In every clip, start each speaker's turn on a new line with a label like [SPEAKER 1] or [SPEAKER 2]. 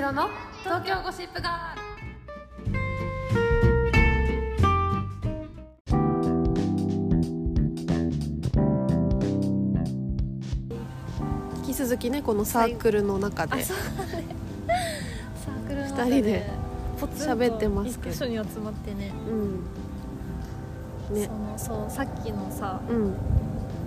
[SPEAKER 1] ろの東京ゴシップガール
[SPEAKER 2] 引き続きねこのサークルの中で
[SPEAKER 1] そうだねサークルの
[SPEAKER 2] 二人で
[SPEAKER 1] ポツンと
[SPEAKER 2] 喋ってますけど
[SPEAKER 1] 一箇所に集まってね
[SPEAKER 2] うんね
[SPEAKER 1] そのそうさっきのさ
[SPEAKER 2] うん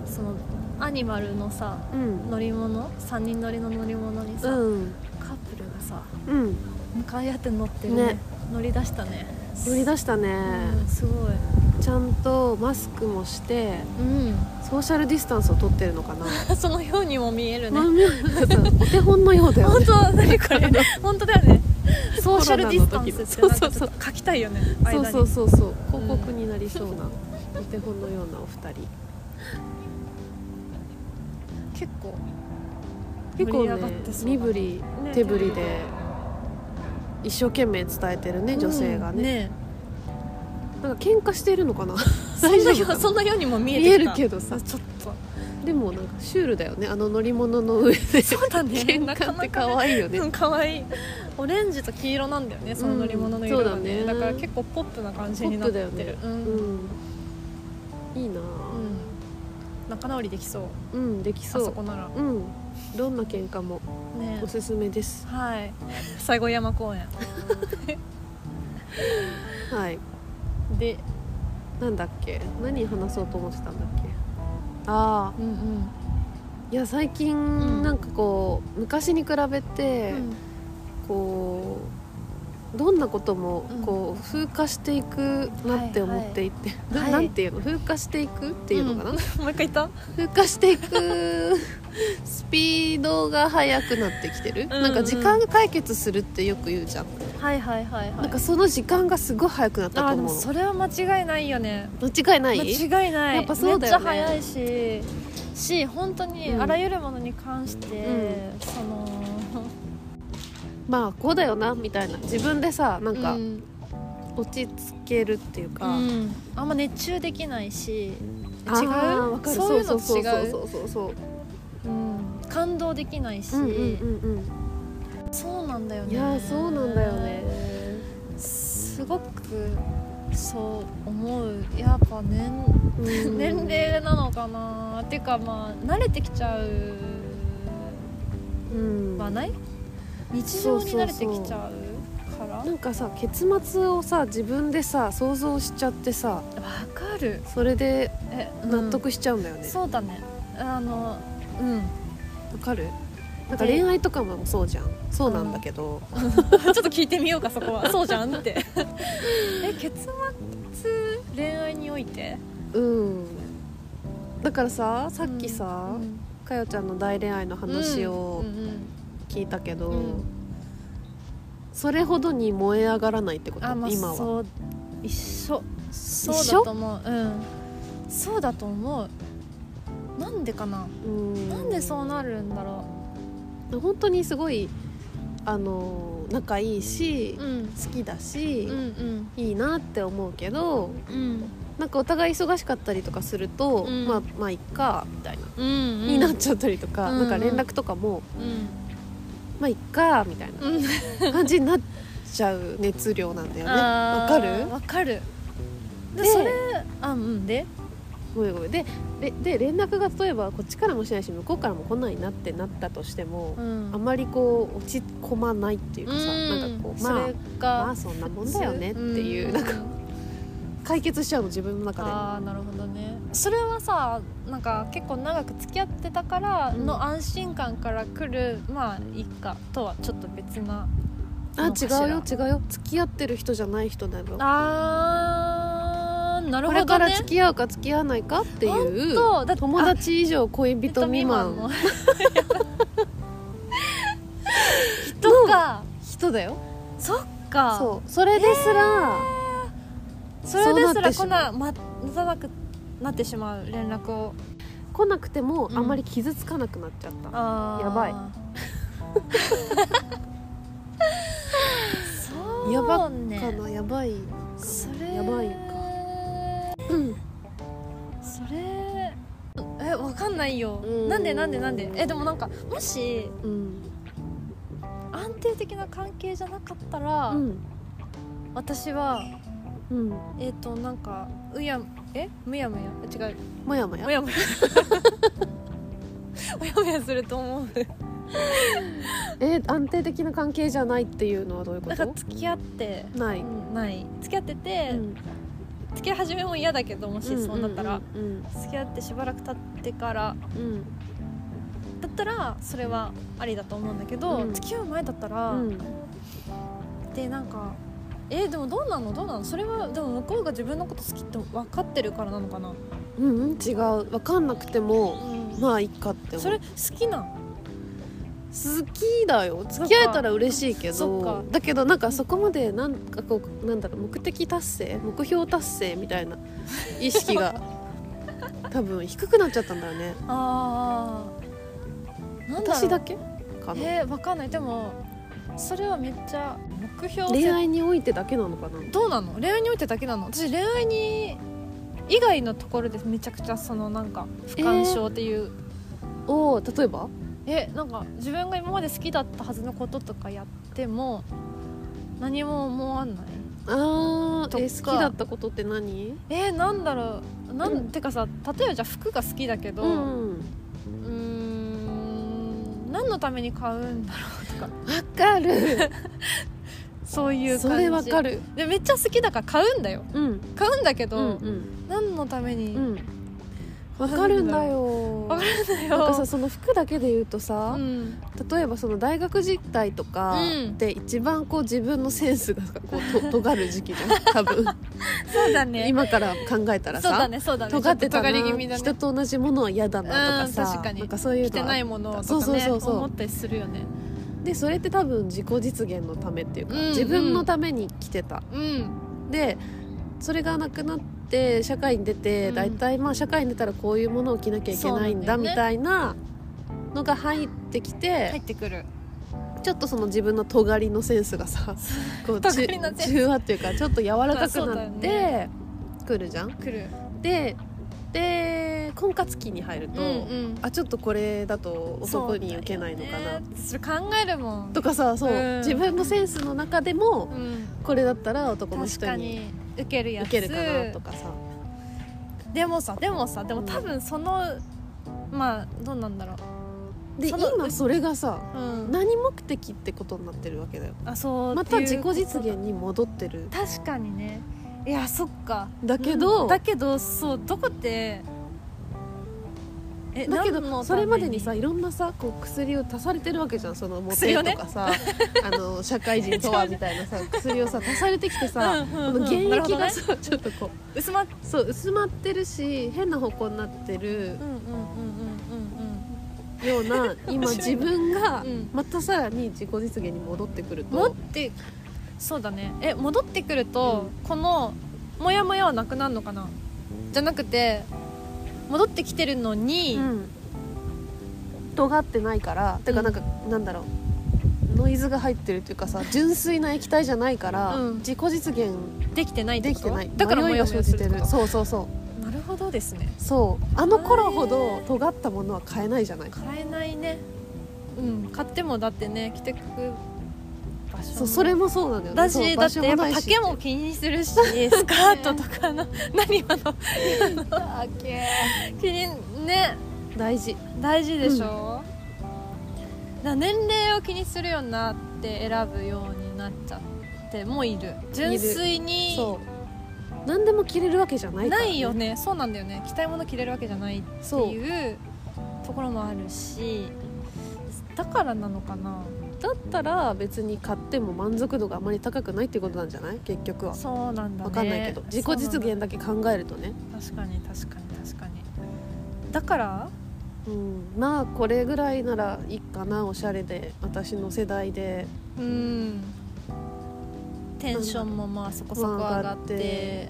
[SPEAKER 1] そのアニマルのさ
[SPEAKER 2] うん
[SPEAKER 1] 乗り物3人乗りの乗り物にさ、
[SPEAKER 2] うん
[SPEAKER 1] カップルがさ
[SPEAKER 2] うん
[SPEAKER 1] 向かい合って乗ってるね
[SPEAKER 2] ね
[SPEAKER 1] 乗り出したね
[SPEAKER 2] 乗り出したね、
[SPEAKER 1] うんすごい
[SPEAKER 2] ちゃんとマスクもして
[SPEAKER 1] う
[SPEAKER 2] ソーシャルディスタンスを取ってるのかな、
[SPEAKER 1] ん そのようにも見えるね
[SPEAKER 2] なんかさお手本のようだよ
[SPEAKER 1] 本
[SPEAKER 2] ね
[SPEAKER 1] 当何これ本当だよねソー
[SPEAKER 2] ー
[SPEAKER 1] シ
[SPEAKER 2] シ
[SPEAKER 1] ャ
[SPEAKER 2] ャ
[SPEAKER 1] ル
[SPEAKER 2] ル
[SPEAKER 1] デ
[SPEAKER 2] デ
[SPEAKER 1] ィ
[SPEAKER 2] ィ
[SPEAKER 1] ス
[SPEAKER 2] ス
[SPEAKER 1] タ
[SPEAKER 2] タ
[SPEAKER 1] ン
[SPEAKER 2] ン
[SPEAKER 1] ス
[SPEAKER 2] ス
[SPEAKER 1] っ
[SPEAKER 2] っ
[SPEAKER 1] なかち
[SPEAKER 2] ててなんんかち
[SPEAKER 1] ょ
[SPEAKER 2] ょ
[SPEAKER 1] っ
[SPEAKER 2] っ
[SPEAKER 1] と書きたいよね
[SPEAKER 2] そうそうそうそう広告になりそうなお手本のようなお二人
[SPEAKER 1] 結構
[SPEAKER 2] 結
[SPEAKER 1] 盛
[SPEAKER 2] 構
[SPEAKER 1] り上がっ
[SPEAKER 2] ね
[SPEAKER 1] てそうだね
[SPEAKER 2] 身振り
[SPEAKER 1] ね
[SPEAKER 2] 手振りで一生懸命伝えてるね女性がね,、なんか喧嘩してるのかな
[SPEAKER 1] そんな
[SPEAKER 2] 大丈夫
[SPEAKER 1] よ
[SPEAKER 2] かな
[SPEAKER 1] そんなようにも見えて
[SPEAKER 2] 見え
[SPEAKER 1] き
[SPEAKER 2] る
[SPEAKER 1] た
[SPEAKER 2] けどさ
[SPEAKER 1] ちょっと
[SPEAKER 2] でもなんかシュールだよねあの乗り物の上で
[SPEAKER 1] そうだね
[SPEAKER 2] 喧
[SPEAKER 1] な
[SPEAKER 2] 嘩
[SPEAKER 1] か
[SPEAKER 2] って
[SPEAKER 1] なか
[SPEAKER 2] 可愛いよね
[SPEAKER 1] うん可愛いオレンジと黄色なんだよねその乗り物の色がね,、
[SPEAKER 2] うんそ
[SPEAKER 1] だ
[SPEAKER 2] うだね
[SPEAKER 1] から結構ポップな感じになってる、
[SPEAKER 2] ポップだよね
[SPEAKER 1] うん
[SPEAKER 2] うんいい
[SPEAKER 1] う
[SPEAKER 2] なあ
[SPEAKER 1] ん仲直りできそう
[SPEAKER 2] うん、でき
[SPEAKER 1] あ
[SPEAKER 2] そ
[SPEAKER 1] そうこなら
[SPEAKER 2] うんどんな喧嘩も
[SPEAKER 1] ね
[SPEAKER 2] おすすめです
[SPEAKER 1] はい 西郷山公園
[SPEAKER 2] はい
[SPEAKER 1] で
[SPEAKER 2] なんだっけ何話そうと思ってたんだっけああ
[SPEAKER 1] うんうん
[SPEAKER 2] いや最
[SPEAKER 1] うん
[SPEAKER 2] 近なんかこう昔に比べて、
[SPEAKER 1] うん
[SPEAKER 2] こうどんなことも
[SPEAKER 1] うん
[SPEAKER 2] こう風化していくなって思っていて、
[SPEAKER 1] はいはい
[SPEAKER 2] ななんていうの風化していくっていうのかな、
[SPEAKER 1] もう一回言った
[SPEAKER 2] 風化していくスピードが速くなってきてる、
[SPEAKER 1] うんうん
[SPEAKER 2] なんか時間が解決するってよく言うじゃん、
[SPEAKER 1] はいはいはいはい
[SPEAKER 2] なんかその時間がすごい速くなった
[SPEAKER 1] あ
[SPEAKER 2] と
[SPEAKER 1] ーでも
[SPEAKER 2] 思
[SPEAKER 1] それは間違いないよね
[SPEAKER 2] う間違いない
[SPEAKER 1] 間違いない
[SPEAKER 2] やっぱそう
[SPEAKER 1] め
[SPEAKER 2] だよね
[SPEAKER 1] っちゃ早いしし本当に
[SPEAKER 2] うん
[SPEAKER 1] あらゆるものに関して、
[SPEAKER 2] う
[SPEAKER 1] その
[SPEAKER 2] まあこうだよなみたいな自分でさなんか
[SPEAKER 1] うん
[SPEAKER 2] 落ち着けるっていうか、
[SPEAKER 1] うんあんま熱中できないし
[SPEAKER 2] あー
[SPEAKER 1] 違う
[SPEAKER 2] わかる
[SPEAKER 1] そういうの
[SPEAKER 2] そうそう
[SPEAKER 1] 違う
[SPEAKER 2] そうそうそう
[SPEAKER 1] うん感動できないし、
[SPEAKER 2] うんうんうん
[SPEAKER 1] そうなんだよ
[SPEAKER 2] うん
[SPEAKER 1] ね
[SPEAKER 2] いやーそうなんだよね
[SPEAKER 1] すごくそう思うやっぱ年
[SPEAKER 2] うん
[SPEAKER 1] 年齢なのかなっていうかまあ慣れてきちゃう
[SPEAKER 2] うん
[SPEAKER 1] はない日常に慣れてきちゃうからわ
[SPEAKER 2] なんかさ結末をさ自分でさ想像しちゃってさ
[SPEAKER 1] かる
[SPEAKER 2] それで
[SPEAKER 1] えうん
[SPEAKER 2] 納得しちゃうんだよね、
[SPEAKER 1] そうだねあのうん
[SPEAKER 2] わかるなんか恋愛とかもそうじゃんそうなんだけど、
[SPEAKER 1] ちょっと聞いてみようかそこは そうじゃんってえ結末恋愛において
[SPEAKER 2] うん、だからささっきさ、
[SPEAKER 1] うん
[SPEAKER 2] かよちゃんの大恋愛の話
[SPEAKER 1] う
[SPEAKER 2] を
[SPEAKER 1] んうん
[SPEAKER 2] 聞いたけど、
[SPEAKER 1] うん
[SPEAKER 2] それほどに燃え上がらないってこと、
[SPEAKER 1] あまあ
[SPEAKER 2] 今は
[SPEAKER 1] そう一緒そう
[SPEAKER 2] 一緒
[SPEAKER 1] だと思ううんそうだと思うなんでかな
[SPEAKER 2] うん
[SPEAKER 1] なんでそうなるんだろ
[SPEAKER 2] 本当にすごいあの仲いいし
[SPEAKER 1] う、、うん、
[SPEAKER 2] 好きだし
[SPEAKER 1] うん、うん
[SPEAKER 2] いいなって思うけど
[SPEAKER 1] うん
[SPEAKER 2] なんかお互い忙しかったりとかすると、
[SPEAKER 1] うん
[SPEAKER 2] まあまあいっかみたいな、
[SPEAKER 1] うん
[SPEAKER 2] になっちゃったりとか、
[SPEAKER 1] うん
[SPEAKER 2] なんか連絡とかも
[SPEAKER 1] う
[SPEAKER 2] まあいっかみたい
[SPEAKER 1] ん、
[SPEAKER 2] な感じになっちゃう熱量なんだよねわ
[SPEAKER 1] わ
[SPEAKER 2] かる
[SPEAKER 1] わかるで
[SPEAKER 2] で
[SPEAKER 1] それあうんで
[SPEAKER 2] ごめんごめんででで連絡が例えばこっちからもしないし向こうからも来ないなってなったとしても、
[SPEAKER 1] うん
[SPEAKER 2] あまりこう落ち込まないっていうかさ、
[SPEAKER 1] うん
[SPEAKER 2] なんかこう
[SPEAKER 1] そ
[SPEAKER 2] まあ
[SPEAKER 1] れ
[SPEAKER 2] ま
[SPEAKER 1] が
[SPEAKER 2] あそんなもんだよねっていう、
[SPEAKER 1] うん
[SPEAKER 2] なんか解決しちゃうの自分の中
[SPEAKER 1] あーなるほどねそれはさなんか結構長く付き合ってたから
[SPEAKER 2] うん
[SPEAKER 1] の安心感から来るまあいいかとはちょっと別な
[SPEAKER 2] であ
[SPEAKER 1] そうかしら
[SPEAKER 2] 違うよ違うよ付き合ってる人じゃない人だよ
[SPEAKER 1] あーなる
[SPEAKER 2] こ
[SPEAKER 1] ほどね
[SPEAKER 2] れから付き合うか付き合わないかっていう
[SPEAKER 1] そうだって
[SPEAKER 2] 友達以上恋人未満
[SPEAKER 1] の
[SPEAKER 2] の
[SPEAKER 1] 人か
[SPEAKER 2] 人だよ
[SPEAKER 1] そっか
[SPEAKER 2] そうそれですら、
[SPEAKER 1] それですら
[SPEAKER 2] そ
[SPEAKER 1] こ
[SPEAKER 2] うんな
[SPEAKER 1] なま待たなくなってしまう連絡を
[SPEAKER 2] 来なくても
[SPEAKER 1] うん
[SPEAKER 2] あんまり傷つかなくなっちゃった、
[SPEAKER 1] あー
[SPEAKER 2] やばい
[SPEAKER 1] そう
[SPEAKER 2] やば
[SPEAKER 1] ね
[SPEAKER 2] かなやばい
[SPEAKER 1] それ
[SPEAKER 2] やばいかうん
[SPEAKER 1] それえわかんないよ
[SPEAKER 2] うん
[SPEAKER 1] なんでなんでなんでえでもなんかもし
[SPEAKER 2] うん
[SPEAKER 1] あん定的な関係じゃなかったら、
[SPEAKER 2] うん
[SPEAKER 1] 私は
[SPEAKER 2] うん
[SPEAKER 1] えっ、となんかうやえむやむや違う
[SPEAKER 2] もやもや
[SPEAKER 1] むやむや むやむやすると思う
[SPEAKER 2] えー安定的な関係じゃないっていうのはどういうこ
[SPEAKER 1] なんか
[SPEAKER 2] と
[SPEAKER 1] 付き合って、
[SPEAKER 2] な
[SPEAKER 1] う
[SPEAKER 2] い、
[SPEAKER 1] んない付き合ってて、
[SPEAKER 2] うん
[SPEAKER 1] 付き合い始めも嫌だけどもしそうなったら、
[SPEAKER 2] うん
[SPEAKER 1] 付き合ってしばらく経ってから
[SPEAKER 2] うんうん
[SPEAKER 1] だったらそれはありだと思うんだけど、
[SPEAKER 2] うん
[SPEAKER 1] 付き合う前だったら、
[SPEAKER 2] うん
[SPEAKER 1] でなんかえーでもどうなのどうなのそれはでも向こうが自分のこと好きって分かってるからなのかな、
[SPEAKER 2] うんうん違う分かんなくてもまあいっかって思う
[SPEAKER 1] それ好きなん
[SPEAKER 2] 好きだよ付き合えたら嬉しいけ
[SPEAKER 1] そっか
[SPEAKER 2] どだけどなんかそこまでなんかこうなんだろう目的達成目標達成みたいな意 識が多分低くなっちゃったんだよね
[SPEAKER 1] あーなんだろう
[SPEAKER 2] 私だけかな
[SPEAKER 1] えー、分かんないでもそれはめっちゃ目標
[SPEAKER 2] 恋
[SPEAKER 1] 設
[SPEAKER 2] 愛においてだけなのかな
[SPEAKER 1] どうなの恋愛においてだけなの私恋愛に以外のところでめちゃくちゃそのなんか不干渉っていう
[SPEAKER 2] おお例えば
[SPEAKER 1] えなんか自分が今まで好きだったはずのこととかやっても何も思わない
[SPEAKER 2] あ
[SPEAKER 1] と
[SPEAKER 2] ー
[SPEAKER 1] か
[SPEAKER 2] え好きだったことって何
[SPEAKER 1] えー、なんだろうなん、
[SPEAKER 2] うん
[SPEAKER 1] てかさ例えばじゃあ服が好きだけどうーん
[SPEAKER 2] ん
[SPEAKER 1] 何のために買うん だろ
[SPEAKER 2] わかる
[SPEAKER 1] うそういう感じ
[SPEAKER 2] それわか
[SPEAKER 1] る
[SPEAKER 2] る
[SPEAKER 1] でめっちゃ好きだから買うんだよ
[SPEAKER 2] うん
[SPEAKER 1] 買うんだけ
[SPEAKER 2] う
[SPEAKER 1] ど、
[SPEAKER 2] んうん
[SPEAKER 1] 何のために、
[SPEAKER 2] うんわかるんだよ
[SPEAKER 1] わかるんだよ
[SPEAKER 2] なんかさその服だけで言うとさ、
[SPEAKER 1] うん、
[SPEAKER 2] 例えばその大学時代とか
[SPEAKER 1] うん
[SPEAKER 2] で一番こう自分のセンスがこう と尖る時期だよ多分
[SPEAKER 1] そうだね
[SPEAKER 2] 今から考えたら
[SPEAKER 1] そうだ
[SPEAKER 2] さ、
[SPEAKER 1] ねそうだね
[SPEAKER 2] 尖ってた
[SPEAKER 1] ちょ
[SPEAKER 2] な、
[SPEAKER 1] と尖り気味だ
[SPEAKER 2] 人
[SPEAKER 1] ね
[SPEAKER 2] と同じものは嫌だなとか
[SPEAKER 1] うん
[SPEAKER 2] さ
[SPEAKER 1] 確かに
[SPEAKER 2] なんかそういう
[SPEAKER 1] 着てない
[SPEAKER 2] も
[SPEAKER 1] ものとかね
[SPEAKER 2] そうそうそうそう
[SPEAKER 1] 思ったりするよね
[SPEAKER 2] でそれって多分自己実現のためっていうか、
[SPEAKER 1] うんうん
[SPEAKER 2] 自分のために着てた
[SPEAKER 1] うん
[SPEAKER 2] でそれがなくなって社会に出て、
[SPEAKER 1] うん
[SPEAKER 2] だいたいまあ社会に出たらこういうものを着なきゃいけないんだ
[SPEAKER 1] そうなんだよね
[SPEAKER 2] みたいなのが入ってきて、
[SPEAKER 1] 入ってくる
[SPEAKER 2] ちょっとその自分の尖りのセンスが さこう中
[SPEAKER 1] 尖りのセンス
[SPEAKER 2] 中和っていうかちょっと柔らかく
[SPEAKER 1] そうだ
[SPEAKER 2] な
[SPEAKER 1] よ
[SPEAKER 2] って
[SPEAKER 1] ね
[SPEAKER 2] くるじゃん。
[SPEAKER 1] くる
[SPEAKER 2] でで婚活期に入ると、
[SPEAKER 1] ん
[SPEAKER 2] あちょっとこれだと男に受けないのか
[SPEAKER 1] そうだ
[SPEAKER 2] な、
[SPEAKER 1] よねそれ考えるもん
[SPEAKER 2] とかさそう、
[SPEAKER 1] うん
[SPEAKER 2] 自分のセンスの中でも
[SPEAKER 1] うん
[SPEAKER 2] これだったら男の
[SPEAKER 1] 確
[SPEAKER 2] 人
[SPEAKER 1] か
[SPEAKER 2] に
[SPEAKER 1] に受けるや
[SPEAKER 2] 受
[SPEAKER 1] つ
[SPEAKER 2] けるかなとかさ。
[SPEAKER 1] でもさでもさでも多分その、まあどうなんだろ
[SPEAKER 2] で
[SPEAKER 1] その
[SPEAKER 2] 今それがさ
[SPEAKER 1] ううん
[SPEAKER 2] 何目的ってことになってるわけだよ
[SPEAKER 1] あそう
[SPEAKER 2] また自己
[SPEAKER 1] っ
[SPEAKER 2] 実
[SPEAKER 1] てい
[SPEAKER 2] 現
[SPEAKER 1] う
[SPEAKER 2] に戻ってる
[SPEAKER 1] 確かにねいやそっか
[SPEAKER 2] だけど、
[SPEAKER 1] うんだけどそうどこってえ
[SPEAKER 2] だけ
[SPEAKER 1] 何のため
[SPEAKER 2] どそれまでにさいろんなさこう薬を足されてるわけじゃんそのモテ
[SPEAKER 1] 薬をね
[SPEAKER 2] とかさ、あの社会人とはみたいな さ薬をさ足されてきてさ、
[SPEAKER 1] うんうん
[SPEAKER 2] こ
[SPEAKER 1] うん
[SPEAKER 2] の現
[SPEAKER 1] なるほ
[SPEAKER 2] 役
[SPEAKER 1] ど
[SPEAKER 2] が
[SPEAKER 1] ね
[SPEAKER 2] さ、ちょっとこ
[SPEAKER 1] 薄まっ
[SPEAKER 2] うそう薄まってるし変な方向になってる
[SPEAKER 1] うんうんうん
[SPEAKER 2] ような
[SPEAKER 1] 面
[SPEAKER 2] 今
[SPEAKER 1] 白い
[SPEAKER 2] 自分が
[SPEAKER 1] うん
[SPEAKER 2] またさらに自己実現に戻ってくる
[SPEAKER 1] うんうん持
[SPEAKER 2] と
[SPEAKER 1] ってそうだねえ戻ってくると、このモヤモヤはなくなるのかなじゃなくて戻ってきてるのに、
[SPEAKER 2] うん尖ってないからてかなんか、なんだろうノイズが入ってるっていうかさ純粋な液体じゃないから、
[SPEAKER 1] うん
[SPEAKER 2] 自己実現
[SPEAKER 1] できてないって
[SPEAKER 2] で
[SPEAKER 1] こ
[SPEAKER 2] き
[SPEAKER 1] と
[SPEAKER 2] てない
[SPEAKER 1] だからモ
[SPEAKER 2] 迷い
[SPEAKER 1] ヤモ
[SPEAKER 2] が生
[SPEAKER 1] ヤ
[SPEAKER 2] じ
[SPEAKER 1] す
[SPEAKER 2] て
[SPEAKER 1] るって
[SPEAKER 2] る
[SPEAKER 1] こと
[SPEAKER 2] そうそうそう
[SPEAKER 1] なるほどですね
[SPEAKER 2] そうあの頃ほど尖ったものは買えないじゃない
[SPEAKER 1] 買えないねうん買ってもだってね着てく場所
[SPEAKER 2] そうそれもそうなんだよね
[SPEAKER 1] だ
[SPEAKER 2] そう
[SPEAKER 1] しだ
[SPEAKER 2] 場
[SPEAKER 1] って
[SPEAKER 2] 所
[SPEAKER 1] やっぱ
[SPEAKER 2] ないし
[SPEAKER 1] 丈も気にす るしスカートとかの何今の
[SPEAKER 2] あけ
[SPEAKER 1] 気にね
[SPEAKER 2] 大事
[SPEAKER 1] 大事でしょ、だから年齢を気にするようになって選ぶようになっちゃってもういる純粋に
[SPEAKER 2] そう何でも着れるわけじゃないから、
[SPEAKER 1] ないよねそうなんだよね着たいもの着れるわけじゃないって
[SPEAKER 2] そう
[SPEAKER 1] いうところもあるしだからなのかな
[SPEAKER 2] だったら別に買っても満足度があまり高くないってことなんじゃない結局は
[SPEAKER 1] そうなんだね
[SPEAKER 2] わかんないけど自己実現だけ考えるとね
[SPEAKER 1] そうなんだ確かに確かに確かにだから
[SPEAKER 2] うん、まあこれぐらいならいいかなおしゃれで私の世代で
[SPEAKER 1] うんテンションもまあそこそこ上がっ
[SPEAKER 2] 上がって
[SPEAKER 1] て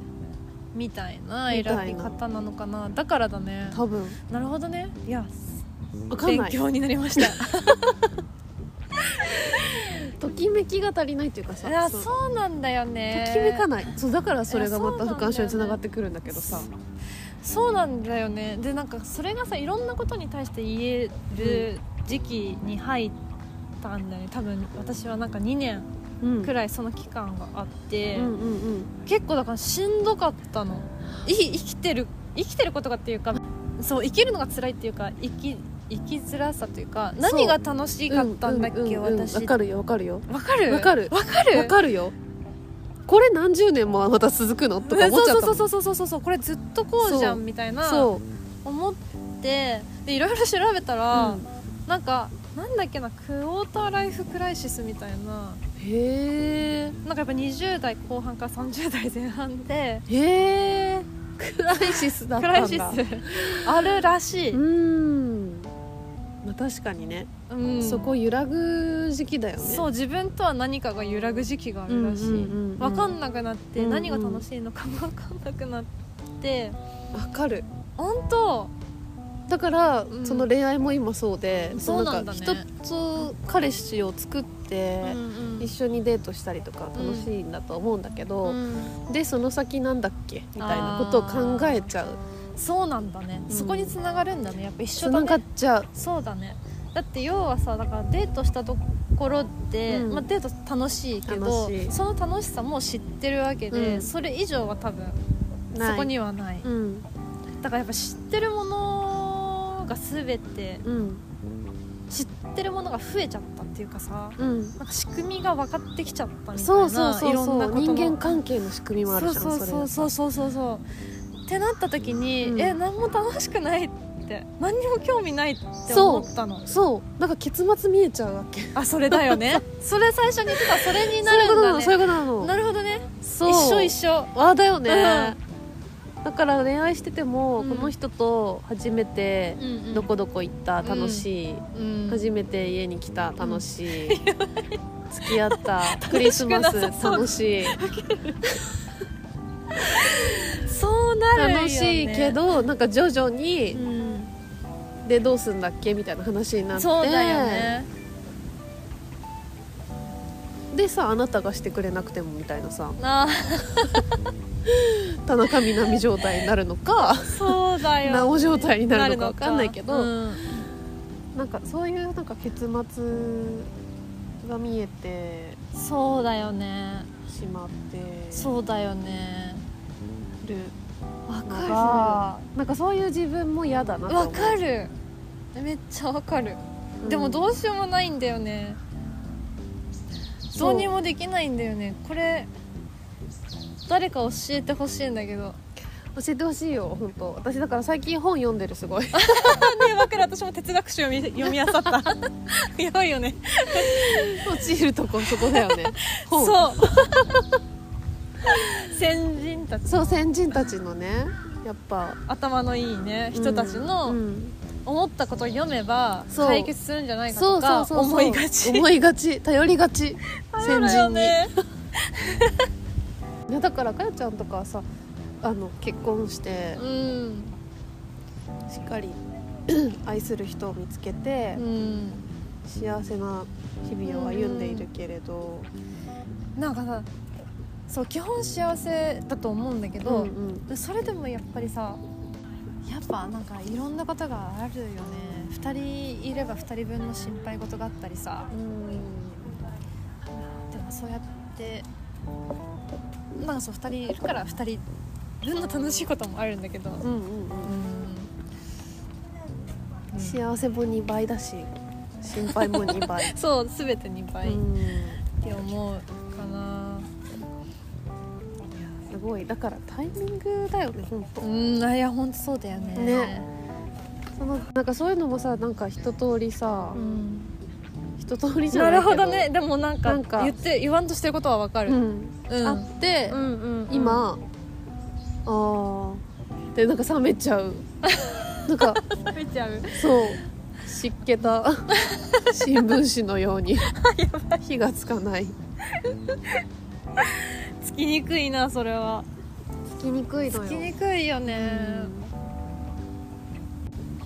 [SPEAKER 1] みたいな選び方なのかなだからだね
[SPEAKER 2] 多分
[SPEAKER 1] なるほどねいや
[SPEAKER 2] わかん
[SPEAKER 1] 勉
[SPEAKER 2] ない
[SPEAKER 1] 強になりま した
[SPEAKER 2] ときめきが足りないっていうかさ
[SPEAKER 1] いや
[SPEAKER 2] その
[SPEAKER 1] そうなんだよね
[SPEAKER 2] ときめかないそうだからそれがま
[SPEAKER 1] いやそ
[SPEAKER 2] た
[SPEAKER 1] うなん
[SPEAKER 2] 不
[SPEAKER 1] だよね
[SPEAKER 2] 感症につながってくるんだけどさ
[SPEAKER 1] そうなんだよねでなんかそれがさいろんなことに対して言える時期に入ったんだよね多分私はなんか2年
[SPEAKER 2] うん
[SPEAKER 1] くらいその期間があって、
[SPEAKER 2] うんうんうん
[SPEAKER 1] 結構だからしんどかったのい生きてる生きてることがっていうかそう生きるのが辛いっていうか生き生きづらさというか
[SPEAKER 2] そう
[SPEAKER 1] 何が楽しかったんだっけ、
[SPEAKER 2] ううううん
[SPEAKER 1] 私
[SPEAKER 2] わかるよわかるよ
[SPEAKER 1] わかる
[SPEAKER 2] わかる
[SPEAKER 1] わかる
[SPEAKER 2] わかるよこれ何十年もまた続くのとか思っちゃ った
[SPEAKER 1] そ
[SPEAKER 2] も
[SPEAKER 1] うんそうそうそうそうそうこれずっとこうじゃ
[SPEAKER 2] そうん
[SPEAKER 1] みたいな
[SPEAKER 2] そう
[SPEAKER 1] 思ってでいろいろ調べたら、なんかなんだっけなクォーターライフクライシスみたいな
[SPEAKER 2] へえ
[SPEAKER 1] なんかやっぱ20代後半から30代前半で
[SPEAKER 2] へえクライシスだっ
[SPEAKER 1] ク
[SPEAKER 2] たん
[SPEAKER 1] ラ
[SPEAKER 2] だ
[SPEAKER 1] イシスあるらし
[SPEAKER 2] う
[SPEAKER 1] い、
[SPEAKER 2] ん、まあ、確かにね、
[SPEAKER 1] うん
[SPEAKER 2] そこ揺らぐ時期だよね
[SPEAKER 1] そう自分とは何かが揺らぐ時期があるらしい、
[SPEAKER 2] うんうんうんうん
[SPEAKER 1] 分かんなくなって、
[SPEAKER 2] うんうん
[SPEAKER 1] 何が楽しいのかも分かんなくなって
[SPEAKER 2] わかる
[SPEAKER 1] 本当
[SPEAKER 2] だから、
[SPEAKER 1] うん
[SPEAKER 2] その恋愛も今そうで
[SPEAKER 1] そうなんだね
[SPEAKER 2] か人と彼氏を作って、
[SPEAKER 1] うん
[SPEAKER 2] 一緒にデートしたりとか楽しいんだと思うんだけど、
[SPEAKER 1] うん
[SPEAKER 2] でその先なんだっけみたいなことを考えちゃう
[SPEAKER 1] そうなんだね、
[SPEAKER 2] うん
[SPEAKER 1] そこに繋がるんだねやっぱ一緒
[SPEAKER 2] つ
[SPEAKER 1] だ
[SPEAKER 2] ながっ
[SPEAKER 1] ね
[SPEAKER 2] ちゃう
[SPEAKER 1] そうだねだって要はさだからデートしたところで、
[SPEAKER 2] うん
[SPEAKER 1] まあ、デート楽しいけど
[SPEAKER 2] 楽しい
[SPEAKER 1] その楽しさも知ってるわけで、
[SPEAKER 2] うん
[SPEAKER 1] それ以上は多分
[SPEAKER 2] ない
[SPEAKER 1] そこにはない
[SPEAKER 2] うん
[SPEAKER 1] だからやっぱ知ってるものが全て
[SPEAKER 2] うん
[SPEAKER 1] 知ってるものが増えちゃったっていうかさ
[SPEAKER 2] うん
[SPEAKER 1] なんか仕組みが分かってきちゃったみたいな
[SPEAKER 2] そうそうそう
[SPEAKER 1] いろんな
[SPEAKER 2] そ
[SPEAKER 1] こ
[SPEAKER 2] う
[SPEAKER 1] との
[SPEAKER 2] 人間関係の仕組みもあるじゃん
[SPEAKER 1] そうそう
[SPEAKER 2] それ
[SPEAKER 1] そうそうそうそうそうってなった時に、
[SPEAKER 2] うん
[SPEAKER 1] え何も楽しくないって何にも興味ないって
[SPEAKER 2] そう
[SPEAKER 1] 思ったの
[SPEAKER 2] そうなんか結末見えちゃうわけ
[SPEAKER 1] あそれだよ ねそれ最初に言ってたそれにな
[SPEAKER 2] そういう
[SPEAKER 1] る
[SPEAKER 2] こ
[SPEAKER 1] んだね
[SPEAKER 2] となのそういうことなの
[SPEAKER 1] なるほどね
[SPEAKER 2] そ
[SPEAKER 1] 一
[SPEAKER 2] う
[SPEAKER 1] 緒一緒
[SPEAKER 2] あだよね、だから恋愛してても、
[SPEAKER 1] うん
[SPEAKER 2] この人と初めて
[SPEAKER 1] うんうん
[SPEAKER 2] どこどこ行った楽しい、
[SPEAKER 1] うん
[SPEAKER 2] 初めて家に来た楽し い、付き合ったクリスマス
[SPEAKER 1] 楽しくなさそう
[SPEAKER 2] 楽しい
[SPEAKER 1] そうなるよ、ね、
[SPEAKER 2] 楽しいけ、どなんか徐々
[SPEAKER 1] う
[SPEAKER 2] に、
[SPEAKER 1] ん、
[SPEAKER 2] でどうすんだっけみたいな話になって
[SPEAKER 1] そうだよね
[SPEAKER 2] でさあなたがしてくれなくてもみたいなさ
[SPEAKER 1] あ
[SPEAKER 2] 田中みな実状態になるの か
[SPEAKER 1] そうだよ、ね、
[SPEAKER 2] なお状態になるのかわかんないけど
[SPEAKER 1] うん
[SPEAKER 2] なんかそういうなんか結末が見えて
[SPEAKER 1] そうだよね
[SPEAKER 2] しまって
[SPEAKER 1] そうだよね
[SPEAKER 2] る
[SPEAKER 1] わ
[SPEAKER 2] の
[SPEAKER 1] か
[SPEAKER 2] がなんかそういう自分も嫌だな
[SPEAKER 1] る
[SPEAKER 2] と思
[SPEAKER 1] わ
[SPEAKER 2] う
[SPEAKER 1] かるめっちゃわかる、でもどうしようもないんだよね
[SPEAKER 2] そ
[SPEAKER 1] どう
[SPEAKER 2] う
[SPEAKER 1] にもできないんだよねこれ誰か教えてほしいんだけど
[SPEAKER 2] 教えてほしいよ本当私だから最近本読んでるすごい
[SPEAKER 1] ねわかる私も哲学書読み読み漁った やばいよね
[SPEAKER 2] 落ちるとこそこだよね 本そう
[SPEAKER 1] そう先人たち
[SPEAKER 2] 先人たちのねやっぱ
[SPEAKER 1] 頭のいいね人たちの、
[SPEAKER 2] うんうん
[SPEAKER 1] 思ったことを読めば
[SPEAKER 2] そう
[SPEAKER 1] 解決するんじゃないか
[SPEAKER 2] そ
[SPEAKER 1] と
[SPEAKER 2] うそう
[SPEAKER 1] か
[SPEAKER 2] そうそう
[SPEAKER 1] 思いがち
[SPEAKER 2] 思いがち頼りがち
[SPEAKER 1] そう
[SPEAKER 2] 先
[SPEAKER 1] だよ
[SPEAKER 2] 人に、
[SPEAKER 1] ね
[SPEAKER 2] ね、だからかよちゃんとかはさあの結婚して
[SPEAKER 1] うん
[SPEAKER 2] しっかり 愛する人を見つけて、
[SPEAKER 1] うん
[SPEAKER 2] 幸せな日々を歩んでいるけれど、
[SPEAKER 1] なんかさそう基本幸せだと思うんだけ
[SPEAKER 2] う
[SPEAKER 1] ど、
[SPEAKER 2] ん
[SPEAKER 1] それでもやっぱりさやっぱなんかいろんなことがあるよね2人いれば2人分の心配事があったりさでもそうやってなんかそう2人いるから2人分の楽しいこともあるんだけど
[SPEAKER 2] うんうんうん
[SPEAKER 1] うん
[SPEAKER 2] 幸せも2倍だし心配も2倍
[SPEAKER 1] そう全て2倍っ
[SPEAKER 2] うん
[SPEAKER 1] て思うかな
[SPEAKER 2] すごいだからタイミングだよね本当
[SPEAKER 1] うんあいや本当そうだよね
[SPEAKER 2] ねそのなんかそういうのもさなんか一通りさ、
[SPEAKER 1] うん
[SPEAKER 2] 一通りじゃ
[SPEAKER 1] な
[SPEAKER 2] ない
[SPEAKER 1] る
[SPEAKER 2] けど
[SPEAKER 1] ほどねでもなんか
[SPEAKER 2] なんか
[SPEAKER 1] 言って言わんとしてることはわかる、
[SPEAKER 2] う
[SPEAKER 1] うん
[SPEAKER 2] ん、あって、
[SPEAKER 1] うんうんうん
[SPEAKER 2] 今、あーでなんか冷めちゃ うなんか
[SPEAKER 1] 見ちゃう
[SPEAKER 2] そう湿気 た新聞紙のように火がつかない
[SPEAKER 1] つきにくいなそれは
[SPEAKER 2] つきにくい
[SPEAKER 1] つきにくいよね、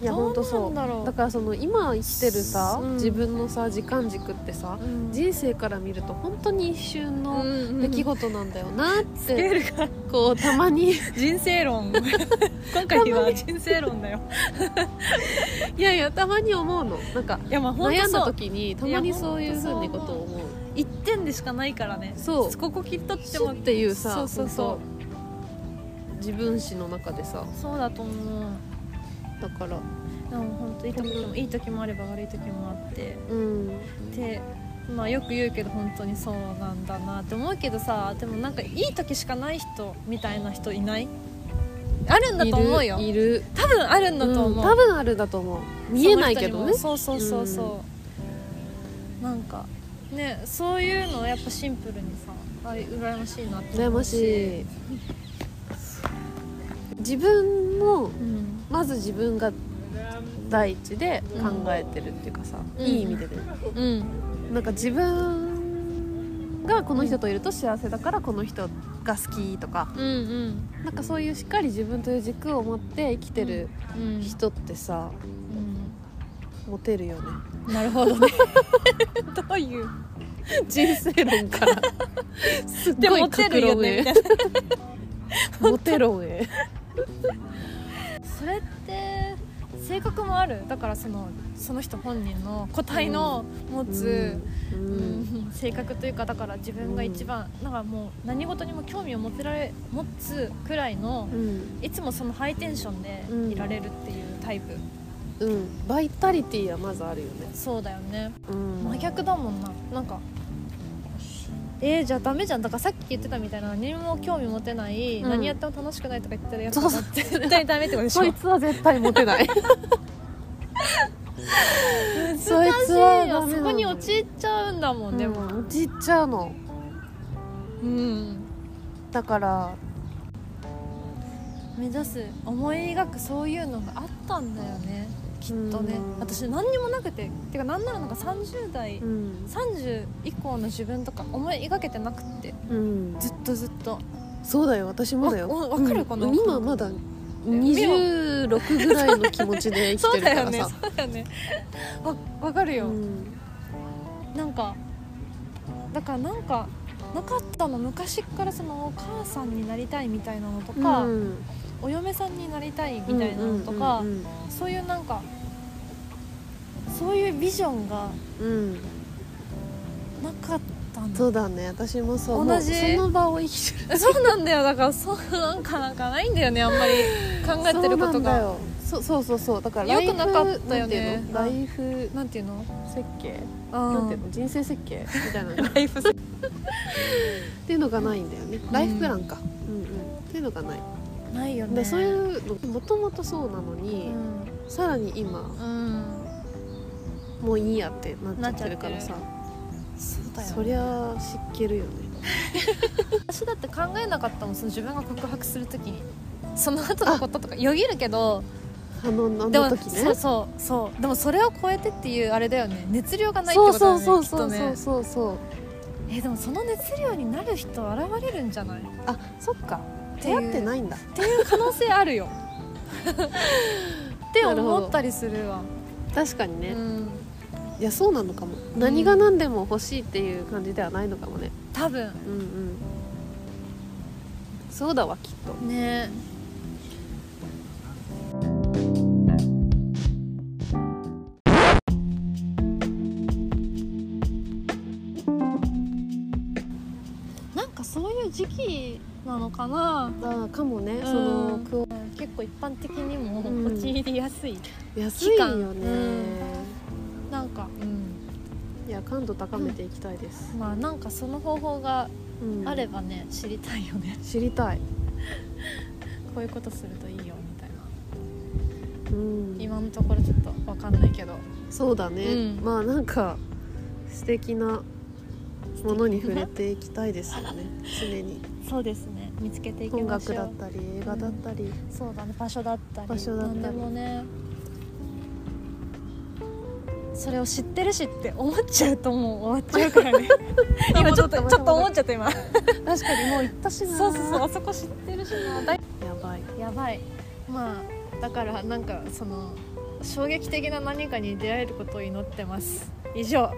[SPEAKER 2] いやほんと
[SPEAKER 1] ど
[SPEAKER 2] そうう
[SPEAKER 1] なんだろう
[SPEAKER 2] からその今生きてるさ、
[SPEAKER 1] うん
[SPEAKER 2] 自分のさ時間軸ってさ、
[SPEAKER 1] うん
[SPEAKER 2] 人生から見ると本当に一瞬の
[SPEAKER 1] うん
[SPEAKER 2] 出来事なんだよなっ
[SPEAKER 1] スケ
[SPEAKER 2] て、
[SPEAKER 1] ールが
[SPEAKER 2] こうたま に
[SPEAKER 1] 人生 論今回は人生論だよ
[SPEAKER 2] いやいやたまに思うのなんか
[SPEAKER 1] いやまあ本
[SPEAKER 2] 悩
[SPEAKER 1] 当
[SPEAKER 2] んだ
[SPEAKER 1] そう
[SPEAKER 2] 時にたまにそういうふうにことを思う
[SPEAKER 1] 一点でしかないからね
[SPEAKER 2] そう
[SPEAKER 1] ここ切っとって
[SPEAKER 2] シュ
[SPEAKER 1] も
[SPEAKER 2] っていうさ
[SPEAKER 1] そうそう
[SPEAKER 2] ほ
[SPEAKER 1] そ
[SPEAKER 2] んと自分史の中でさ
[SPEAKER 1] うそうだと思う
[SPEAKER 2] だから
[SPEAKER 1] でも本当いい時もいい時もあれば悪い時もあって
[SPEAKER 2] うん
[SPEAKER 1] でまあよく言うけど本当にそうなんだなって思うけどさでもなんかいい時しかない人みたいな人いないあるんだと思うよ
[SPEAKER 2] いるいる
[SPEAKER 1] 多分あるんだと
[SPEAKER 2] うん
[SPEAKER 1] 思う、
[SPEAKER 2] 多分あるだと思う見えないけどね
[SPEAKER 1] その人にもそうそうそうそう、なんかねそういうのをやっぱシンプルにさあ羨ましいなって
[SPEAKER 2] 羨
[SPEAKER 1] 思う
[SPEAKER 2] ましい自分の
[SPEAKER 1] うん
[SPEAKER 2] まず自分が第一で考えてるっていうかさ、
[SPEAKER 1] うん
[SPEAKER 2] いい意味でね、
[SPEAKER 1] うん
[SPEAKER 2] なんか自分がこの人といると幸せだからこの人が好きとか、
[SPEAKER 1] うんうん
[SPEAKER 2] なんかそういうしっかり自分という軸を持って生きてる
[SPEAKER 1] うん、
[SPEAKER 2] 人ってさモテるよね
[SPEAKER 1] うんなるほどね どういう
[SPEAKER 2] 人生論から すっ
[SPEAKER 1] で
[SPEAKER 2] ごい
[SPEAKER 1] モテるよ
[SPEAKER 2] 格論
[SPEAKER 1] ねみた
[SPEAKER 2] へ
[SPEAKER 1] いな
[SPEAKER 2] モテ論 へ
[SPEAKER 1] それって性格もあるだからそのその人本人の個体の持つ、
[SPEAKER 2] う
[SPEAKER 1] うん
[SPEAKER 2] ん
[SPEAKER 1] 性格というかだから自分が一番、なんかもう何事にも興味を持てられ持つくらいの
[SPEAKER 2] う、ん
[SPEAKER 1] いつもそのハイテンションでいられるっていうタイプ、
[SPEAKER 2] うんバイタリティはまずあるよね、
[SPEAKER 1] そうだよね
[SPEAKER 2] うん、
[SPEAKER 1] 真逆だもんななんかえー、じゃあダメじゃんだからさっき言ってたみたいな何にも興味持てない、
[SPEAKER 2] うん
[SPEAKER 1] 何やっても楽しくないとか言ってたやつ
[SPEAKER 2] そうそう
[SPEAKER 1] は絶対ダメってことでしょ
[SPEAKER 2] そいつは絶対モ テないそいつ
[SPEAKER 1] 難しい
[SPEAKER 2] はダ
[SPEAKER 1] よ
[SPEAKER 2] メ
[SPEAKER 1] そこに陥っちゃうんだもん、
[SPEAKER 2] で
[SPEAKER 1] で
[SPEAKER 2] も
[SPEAKER 1] も
[SPEAKER 2] 落ちちゃうの
[SPEAKER 1] うん
[SPEAKER 2] だから
[SPEAKER 1] 目指す思い描くそういうのがあったんだよね
[SPEAKER 2] き
[SPEAKER 1] きっとね私何にもなくててかなんならなんか30代、
[SPEAKER 2] うん、
[SPEAKER 1] 30以降の自分とか思い描けてなくって
[SPEAKER 2] うん、
[SPEAKER 1] ずっとずっと
[SPEAKER 2] そうだよ私もだよ
[SPEAKER 1] わわわかるかな
[SPEAKER 2] うん今まだ26ぐらいの気持ちで生き
[SPEAKER 1] そ
[SPEAKER 2] て
[SPEAKER 1] う
[SPEAKER 2] る
[SPEAKER 1] だ
[SPEAKER 2] か
[SPEAKER 1] よ
[SPEAKER 2] ら
[SPEAKER 1] ね
[SPEAKER 2] さ
[SPEAKER 1] そうだよねわわかるよ、
[SPEAKER 2] うん
[SPEAKER 1] なんかだからなんかなかったの昔っからそのお母さんになりたいみたいなのとか、
[SPEAKER 2] うん
[SPEAKER 1] お嫁さんになりたいみたいなのとか、
[SPEAKER 2] うん
[SPEAKER 1] そういうなんかそういうビジョンが
[SPEAKER 2] うんうんうん
[SPEAKER 1] なかったん
[SPEAKER 2] そ
[SPEAKER 1] だ
[SPEAKER 2] うだね私もそう
[SPEAKER 1] 同じ
[SPEAKER 2] もうその場を生きてる
[SPEAKER 1] そうなんだよだからそうなんかなんかないんだよねあん まり考えてるこ
[SPEAKER 2] そうな
[SPEAKER 1] と
[SPEAKER 2] んだ
[SPEAKER 1] が
[SPEAKER 2] よそうそうそうそうだからライフ
[SPEAKER 1] よくなかったよね
[SPEAKER 2] なんていうのライフ
[SPEAKER 1] なんていうの
[SPEAKER 2] 設計なん
[SPEAKER 1] あ
[SPEAKER 2] ていうの人生設計みたいな っ
[SPEAKER 1] ライフセ
[SPEAKER 2] ていうのがないんだよねライフプランか、うんうんっていうのがない
[SPEAKER 1] ないよね
[SPEAKER 2] でそういうのもともとそうなの
[SPEAKER 1] う
[SPEAKER 2] に、
[SPEAKER 1] ん、
[SPEAKER 2] さらに今
[SPEAKER 1] うん、
[SPEAKER 2] もういいやってなっちゃってるからさ、
[SPEAKER 1] そうだよ
[SPEAKER 2] そりゃ知っけるよね
[SPEAKER 1] 私だって考えなかったもんその自分が告白するときにその後のこととかよぎるけど
[SPEAKER 2] あのあ
[SPEAKER 1] でも
[SPEAKER 2] の時ね
[SPEAKER 1] そうそうそうでもそれを超えてっていうあれだよね熱量がないって
[SPEAKER 2] そ
[SPEAKER 1] こ
[SPEAKER 2] う
[SPEAKER 1] とだ
[SPEAKER 2] そ
[SPEAKER 1] よ
[SPEAKER 2] う
[SPEAKER 1] ねき
[SPEAKER 2] そう
[SPEAKER 1] っと
[SPEAKER 2] そうそ
[SPEAKER 1] ね
[SPEAKER 2] うそうそう
[SPEAKER 1] えでもその熱量になる人現れるんじゃないっ
[SPEAKER 2] あそっか
[SPEAKER 1] て
[SPEAKER 2] 出会ってないいんだ
[SPEAKER 1] っていう可能性あるよって
[SPEAKER 2] なるほど
[SPEAKER 1] 思ったりするわ
[SPEAKER 2] 確かに
[SPEAKER 1] う
[SPEAKER 2] ね、
[SPEAKER 1] ん
[SPEAKER 2] いやそうなのかも、何が何でも欲しいっていう感じではないのかもね
[SPEAKER 1] 多分
[SPEAKER 2] うんうんそうだわきっと
[SPEAKER 1] ねなんかそういう時期なのかな
[SPEAKER 2] ああかもね、
[SPEAKER 1] ん
[SPEAKER 2] そのクオ
[SPEAKER 1] 結構一般的にも
[SPEAKER 2] うん
[SPEAKER 1] 陥りやすい、
[SPEAKER 2] 安いよ
[SPEAKER 1] 期間
[SPEAKER 2] ね、
[SPEAKER 1] なんか、
[SPEAKER 2] いや感度高めていきたいです、
[SPEAKER 1] まあなんかその方法が
[SPEAKER 2] うん
[SPEAKER 1] あればね、知りたいよね
[SPEAKER 2] 知りたい、
[SPEAKER 1] こういうことするといいよみたいな
[SPEAKER 2] うん、
[SPEAKER 1] 今のところちょっと分かんないけど
[SPEAKER 2] そうだね、
[SPEAKER 1] うん
[SPEAKER 2] まあなんか素敵なものに触れていきたいですよね常に
[SPEAKER 1] そうですね見つけていき
[SPEAKER 2] 音
[SPEAKER 1] ま
[SPEAKER 2] 楽
[SPEAKER 1] しょ
[SPEAKER 2] だ
[SPEAKER 1] う
[SPEAKER 2] ったり映画だったり、
[SPEAKER 1] そうだね場所だったり
[SPEAKER 2] 場所だったり
[SPEAKER 1] 何でもねそれを知ってるしって思っちゃうともう終わっちゃうから ね今ちょっと
[SPEAKER 2] 戻った
[SPEAKER 1] ちょっと思っちゃった今
[SPEAKER 2] 確かにもう行ったしな
[SPEAKER 1] そうそうそうあそこ知ってるしなだい
[SPEAKER 2] やばい
[SPEAKER 1] やばいまあだからなんかその衝撃的な何かに出会えることを祈ってます以上